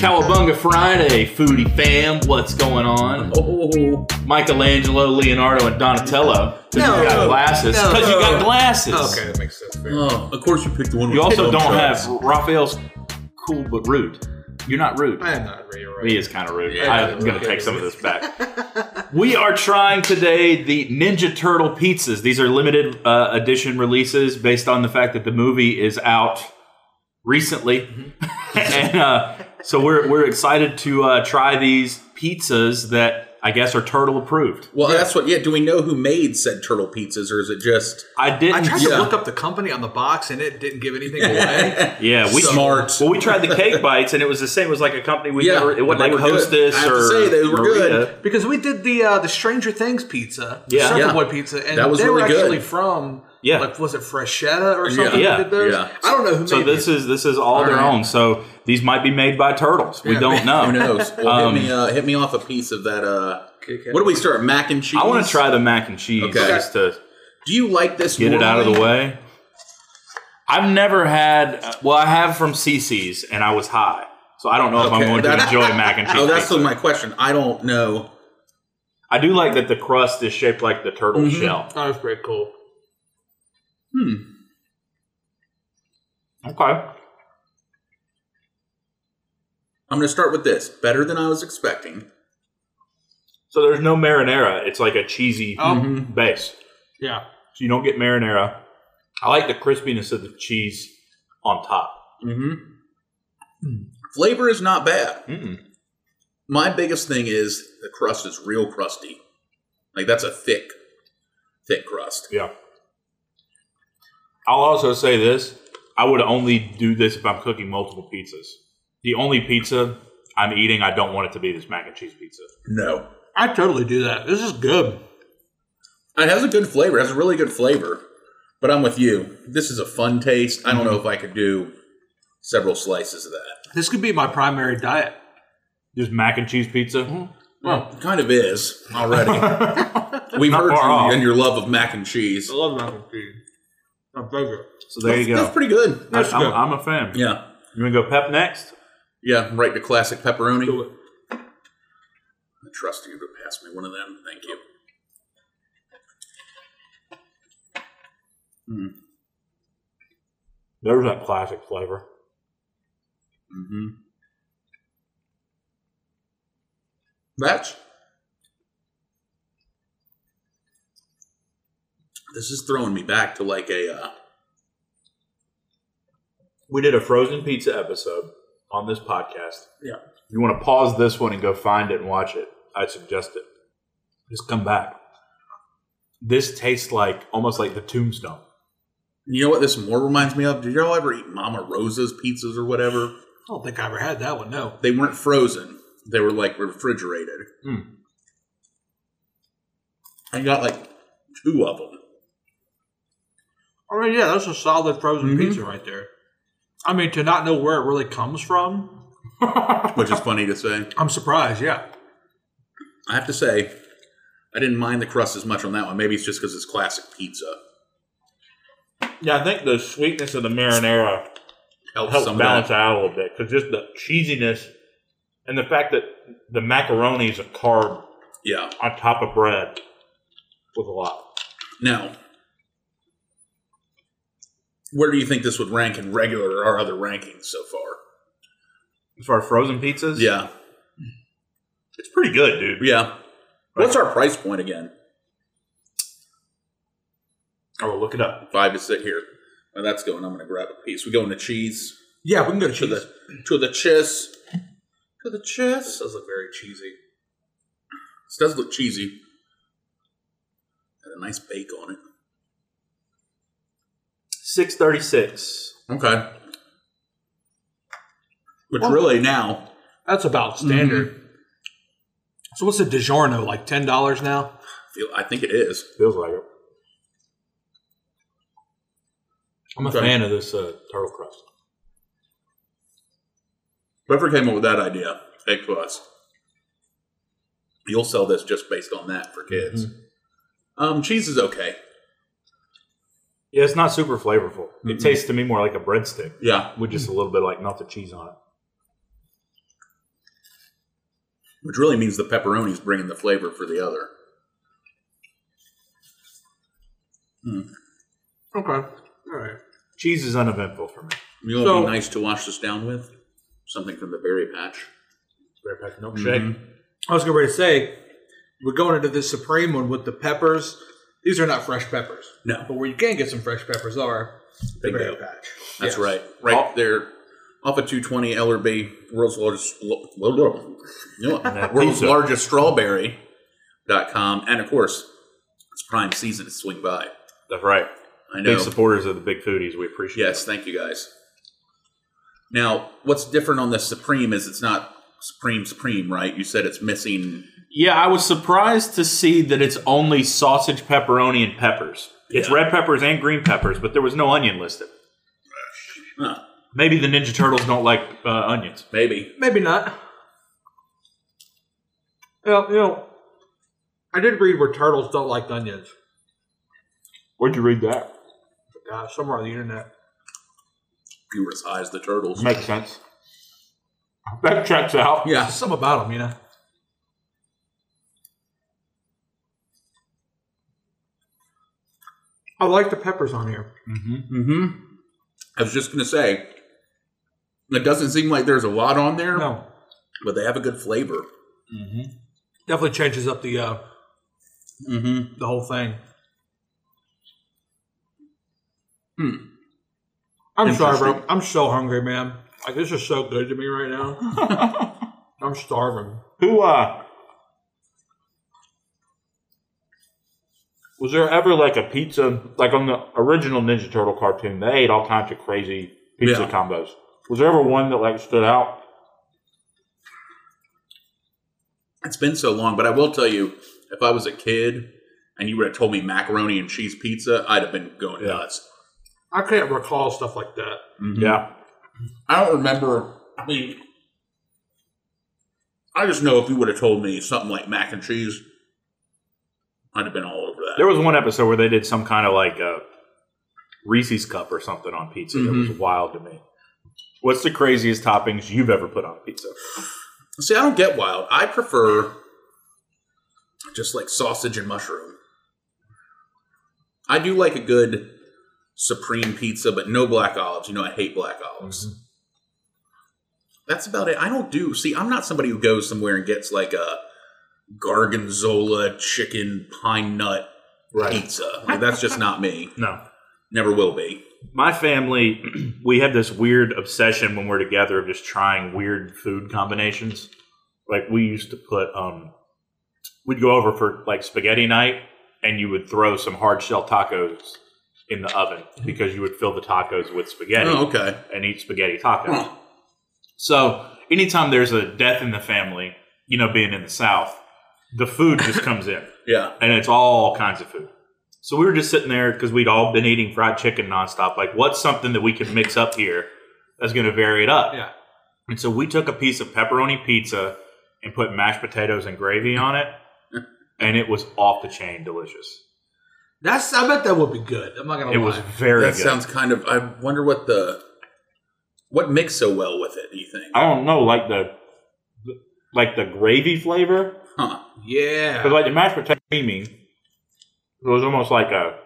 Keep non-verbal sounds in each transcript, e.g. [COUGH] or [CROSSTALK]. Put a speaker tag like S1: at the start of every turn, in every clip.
S1: Cowabunga Friday, foodie fam. What's going on?
S2: Oh,
S1: Michelangelo, Leonardo, and Donatello. 'Cause
S2: No.
S1: you got glasses.
S2: No.
S1: Because you got glasses.
S2: okay, that makes sense. Fair.
S3: Oh, of course you picked the one.
S1: You
S3: with
S1: also
S3: the
S1: don't
S3: dumb
S1: have
S3: trucks.
S1: Raphael's cool but rude. You're not rude.
S2: I'm not really right.
S1: He is kind of rude.
S2: Yeah,
S1: I'm
S2: yeah,
S1: going to
S2: okay.
S1: take some of this back.
S3: [LAUGHS]
S1: we are trying today the Ninja Turtle pizzas. These are limited uh, edition releases based on the fact that the movie is out recently,
S3: Mm-hmm.
S1: [LAUGHS] and uh, so we're we're excited to uh, try these pizzas that I guess are turtle approved.
S3: Well, that's what. Yeah. Do we know who made said turtle pizzas, or is it
S1: [LAUGHS]
S3: just
S1: I
S2: I
S1: didn't.
S2: tried
S3: Yeah.
S2: to look up the company on the box and it didn't give anything [LAUGHS] away.
S1: yeah, we
S3: smart?
S1: Well, we tried the cake bites, and it was the same. It was like a company we
S3: Yeah,
S1: never. It wasn't
S3: they
S1: like
S3: were good.
S1: Hostess
S3: I have to
S1: or
S3: say, they were
S1: Marita.
S3: good.
S2: because we did the uh, the Stranger Things pizza, the
S1: Yeah.
S2: Circle
S3: Yeah.
S2: Boy pizza, and
S3: That was
S2: they were
S3: really good.
S2: actually from
S1: Yeah.
S2: like was it Freshetta or something?
S1: Yeah.
S2: that did those?
S3: Yeah.
S2: I don't know who
S1: So
S2: made
S1: this
S2: it.
S1: is this is all, their
S2: right.
S1: own. So these might be made by turtles. We
S2: Yeah,
S1: don't know.
S3: [LAUGHS] Who knows? Well,
S1: Um,
S3: hit me, uh, hit me off a piece of that. Uh,
S2: Kit Kat.
S3: what do we start? Mac and cheese.
S1: I want to try the mac and cheese
S3: Okay.
S1: just to
S3: Do you like this?
S1: get it out of
S3: normally?
S1: the way. I've never had. Well, I have from CC's, and I was high, so I don't know if I'm
S3: Okay,
S1: going to
S3: [LAUGHS] that-
S1: enjoy mac and cheese.
S3: Oh, that's
S1: pizza.
S3: my question. I don't know.
S1: I do like that the crust is shaped like the turtle
S3: Mm-hmm.
S1: shell.
S2: That was pretty cool.
S1: Okay.
S3: I'm going to start with this. Better than I was expecting.
S1: So there's no marinara. It's like a cheesy
S2: Oh.
S3: Mm-hmm.
S1: base.
S2: Yeah.
S1: So you don't get marinara. I like the crispiness of the cheese on top.
S3: Mm-hmm. Flavor is not bad.
S1: Mm.
S3: My biggest thing is the crust is real crusty. Like that's a thick, thick crust.
S1: Yeah. I'll also say this: I would only do this if I'm cooking multiple pizzas. The only pizza I'm eating, I don't want it to be this mac and cheese pizza.
S3: No,
S2: I totally do that. This is good.
S3: it has a good flavor. It has a really good flavor. But I'm with you. This is a fun taste. I don't know if I could do several slices of that.
S2: This could be my primary diet.
S1: Just mac and cheese pizza.
S2: Well,
S3: It kind of is already.
S1: [LAUGHS]
S3: We've
S1: Not
S3: heard
S1: far
S3: you
S1: off.
S3: and your love of mac and cheese.
S2: I love mac and cheese. My favorite.
S1: So there you
S3: That's
S1: go.
S3: pretty good.
S1: I,
S2: that's good.
S1: am a fan.
S3: Yeah.
S1: You want to go pep next?
S3: Yeah, right to classic pepperoni.
S2: Do it.
S3: I trust you to pass me one of them. Thank you.
S1: There's that classic flavor.
S3: Mm-hmm. That's. This is throwing me back to like a. Uh,
S1: We did a frozen pizza episode on this podcast.
S2: Yeah.
S1: If you want to pause this one and go find it and watch it, I suggest it. Just come back. This tastes like almost like the tombstone.
S3: you know what this more reminds me of? Did y'all ever eat Mama Rosa's pizzas or whatever?
S2: I don't think I ever had that one. No.
S3: They weren't frozen. They were like refrigerated.
S1: Hmm.
S3: I got like two of them.
S2: I mean, yeah, that's a solid frozen
S3: Mhm.
S2: pizza right there. I mean, to not know where it really comes from,
S3: which is funny to say.
S2: I'm surprised. Yeah.
S3: I have to say, I didn't mind the crust as much on that one. Maybe it's just because it's classic pizza.
S1: Yeah, I think the sweetness of the marinara
S3: Helps,
S1: helps
S3: some
S1: balance
S3: of
S1: it out a little bit because just the cheesiness and the fact that the macaroni is a carb
S3: that. Yeah.
S1: on top of bread was a lot.
S3: Now, where do you think this would rank in regular or our other rankings so far?
S1: As far as frozen pizzas,
S3: Yeah.
S1: it's pretty good, dude.
S3: Yeah. What's our price point again?
S1: I will look it up.
S3: Five to six here. Well, that's going. I'm going to grab a piece. We going to cheese.
S2: Yeah, we can go to
S3: To
S2: cheese.
S3: the to the cheese. To the
S2: This
S3: cheese.
S2: does look very cheesy.
S3: This does look cheesy. Got a nice bake on it.
S1: Six thirty-six.
S3: Okay. Which
S2: Well-
S3: really now,
S2: That's about standard. So what's a DiGiorno like? Ten dollars now?
S3: feel I think it is.
S1: Feels like it. I'm a
S3: Okay.
S1: fan of this uh, turtle crust.
S3: Whoever came up with that idea, thanks to us. You'll sell this just based on that for kids. Um, cheese is okay.
S1: Yeah, it's not super flavorful. It
S3: Mhm.
S1: tastes to me more like a breadstick
S3: Yeah.
S1: with just a little bit like melted cheese on it.
S3: which really means the pepperoni's bringing the flavor for the other.
S2: Okay. All right.
S1: Cheese is uneventful for me.
S3: You know what would
S2: So-
S3: be nice to wash this down with? Something from the berry patch.
S2: Berry pack milkshake.
S1: Mm-hmm.
S2: I was going to say, we're going into this supreme one with the peppers. These are not fresh peppers,
S3: No.
S2: but where you can get some fresh peppers are the
S3: Big
S2: berry
S3: deal.
S2: patch.
S3: That's
S2: Yes.
S3: right. Right there. Off of 220 Ellerbee, world's largest, lo- lo- lo- no,
S1: that
S3: world's
S1: pizza.
S3: largest strawberry.com. And of course, it's prime season to swing by.
S1: That's right.
S3: I know.
S1: Big supporters of the big foodies. We appreciate
S3: Yes, thank you guys. Now, what's different on the Supreme is it's not Supreme Supreme, right? You said it's missing.
S1: Yeah, I was surprised to see that it's only sausage, pepperoni, and peppers. It's
S3: Yeah.
S1: red peppers and green peppers, but there was no onion listed.
S3: Huh,
S1: Maybe the Ninja Turtles don't like uh, onions.
S3: maybe.
S2: Maybe not. Well, you know, I did read where turtles don't like onions.
S1: Where'd you read that?
S2: Uh, somewhere on the internet.
S3: You were as high as the turtles.
S1: Makes sense. That checks out.
S3: Yeah.
S2: Some about them, you know. I like the peppers on here.
S1: Mm-hmm.
S3: hmm I was just going to say, it doesn't seem like there's a lot on there,
S2: No,
S3: but they have a good flavor.
S1: Mm-hmm.
S2: definitely changes up the uh,
S3: Mm-hmm.
S2: the whole thing.
S3: Hmm.
S2: I'm sorry, bro.
S3: Interesting.
S2: I'm so hungry, man. Like this is so good to me right now. I'm starving.
S1: Who uh was there ever like a pizza like on the original Ninja Turtle cartoon? They ate all kinds of crazy pizza
S3: Yeah.
S1: combos. Was there ever one that like stood out?
S3: It's been so long, but I will tell you, if I was a kid and you would have told me macaroni and cheese pizza, I'd have been going
S1: Yeah. Mm-hmm.
S3: nuts.
S2: I can't recall stuff like that.
S3: Mhm.
S1: Yeah,
S3: I don't remember. I mean, I just know if you would have told me something like mac and cheese, I'd have been all over that.
S1: there was one episode where they did some kind of like a Reese's cup or something on pizza that was wild to me. What's the craziest toppings you've ever put on pizza?
S3: See, I don't get wild. I prefer just like sausage and mushroom. I do like a good supreme pizza, but no black olives. You know, I hate black olives.
S1: Mm-hmm.
S3: That's about it. I don't do. See, I'm not somebody who goes somewhere and gets like a gargonzola chicken pine nut pizza. Like, that's just not me.
S1: No,
S3: Never will be.
S1: my family [CLEARS THROAT] we have this weird obsession when we're together of just trying weird food combinations like we used to put um we'd go over for like spaghetti night and you would throw some hard shell tacos in the oven because you would fill the tacos with spaghetti
S3: Oh, okay.
S1: and eat spaghetti tacos
S3: Huh.
S1: so anytime there's a death in the family you know being in the south the food just comes in
S3: Yeah.
S1: and it's all kinds of food. So we were just sitting there because we'd all been eating fried chicken nonstop. Like, what's something that we could mix up here that's going to vary it up?
S2: Yeah.
S1: And so we took a piece of pepperoni pizza and put mashed potatoes and gravy on it, and it was off the chain delicious.
S2: That's. I bet that would be good. I'm not gonna
S1: It
S2: lie.
S1: was very
S3: that
S1: good.
S3: sounds kind of. I wonder what the what mixed so well with it. Do you think?
S1: I don't know, like the like the gravy flavor,
S3: Huh.
S2: yeah.
S1: because like the mashed potato creamy, it was almost like a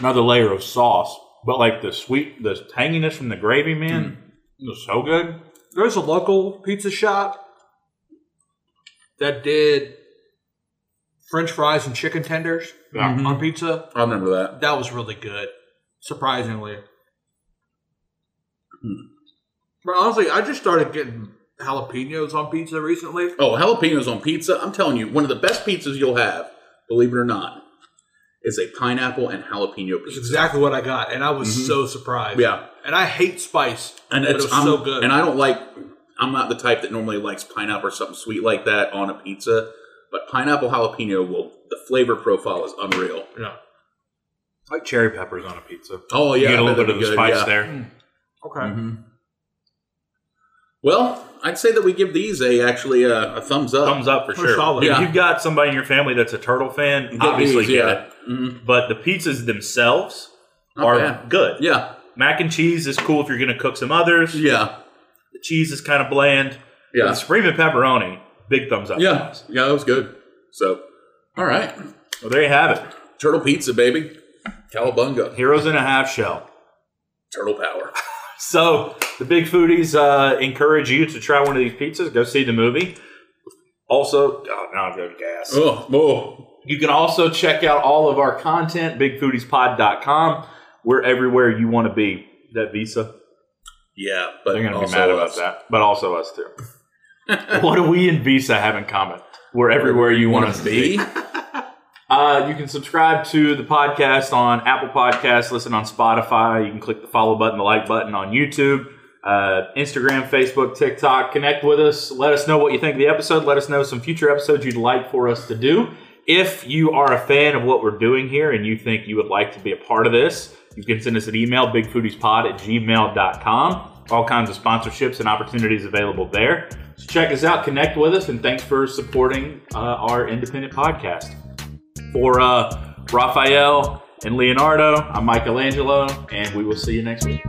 S1: another layer of sauce. But like the sweet, the tanginess from the gravy, man,
S3: Mm.
S1: it was so good.
S2: there's a local pizza shop that did french fries and chicken tenders
S1: Yeah.
S3: Mhm.
S2: on pizza.
S3: I remember that.
S2: That was really good, surprisingly.
S3: Hmm.
S2: But honestly, I just started getting jalapenos on pizza recently.
S3: Oh, jalapenos on pizza. I'm telling you, one of the best pizzas you'll have, believe it or not, is a pineapple and jalapeno
S2: It's
S3: pizza.
S2: exactly what I got, and I was so surprised.
S3: Mm-hmm. Yeah,
S2: And I hate spice.
S3: and
S2: But
S3: it's
S2: it was
S3: I'm,
S2: so good.
S3: And I don't like. I'm not the type that normally likes pineapple or something sweet like that on a pizza, but pineapple jalapeno will. The flavor profile is unreal.
S2: Yeah.
S1: I like cherry peppers on a pizza.
S3: Oh
S1: you
S3: yeah,
S1: get a
S3: I bet
S1: little bit
S3: that'd
S1: of
S3: be
S1: the
S3: good,
S1: spice
S3: yeah.
S1: there.
S2: Okay.
S3: Mhm. Well, I'd say that we give these a actually uh, a, a thumbs up.
S1: Thumbs up for
S2: They're
S1: sure.
S2: solid.
S1: If
S3: Yeah.
S1: you've got somebody in your family that's a turtle fan,
S3: Get
S1: obviously
S3: these,
S1: get
S3: yeah.
S1: it.
S3: Mhm.
S1: But the pizzas themselves
S3: Not
S1: are
S3: bad.
S1: good.
S3: Yeah,
S1: Mac and cheese is cool if you're going to cook some others.
S3: yeah,
S1: The cheese is kind of bland.
S3: yeah.
S1: The supreme and pepperoni Big thumbs up.
S3: Yeah, yeah, that was good. So, all right,
S1: Well, there you have it.
S3: turtle pizza, baby, Calabunga,
S1: Heroes in a half shell.
S3: turtle power.
S1: So the big foodies uh, encourage you to try one of these pizzas. Go see the movie. Also, oh, now I'm going to gas.
S3: Oh, oh,
S1: You can also check out all of our content, bigfoodiespod.com. We're everywhere you want to be. That Visa,
S3: yeah, but
S1: they're going to be
S3: also
S1: mad about
S3: us.
S1: that, but also us
S3: [LAUGHS]
S1: too. what do we and Visa have in common? We're everywhere you want us to be. Uh, you can subscribe to the podcast on Apple Podcasts, listen on Spotify. You can click the follow button, the like button on YouTube, uh, Instagram, Facebook, TikTok. Connect with us. Let us know what you think of the episode. Let us know some future episodes you'd like for us to do. If you are a fan of what we're doing here and you think you would like to be a part of this, you can send us an email, bigfoodiespod at gmail.com. All kinds of sponsorships and opportunities available there. So check us out, connect with us, and thanks for supporting uh, our independent podcast for uh, Raphael and Leonardo. I'm Michelangelo, and we will see you next week.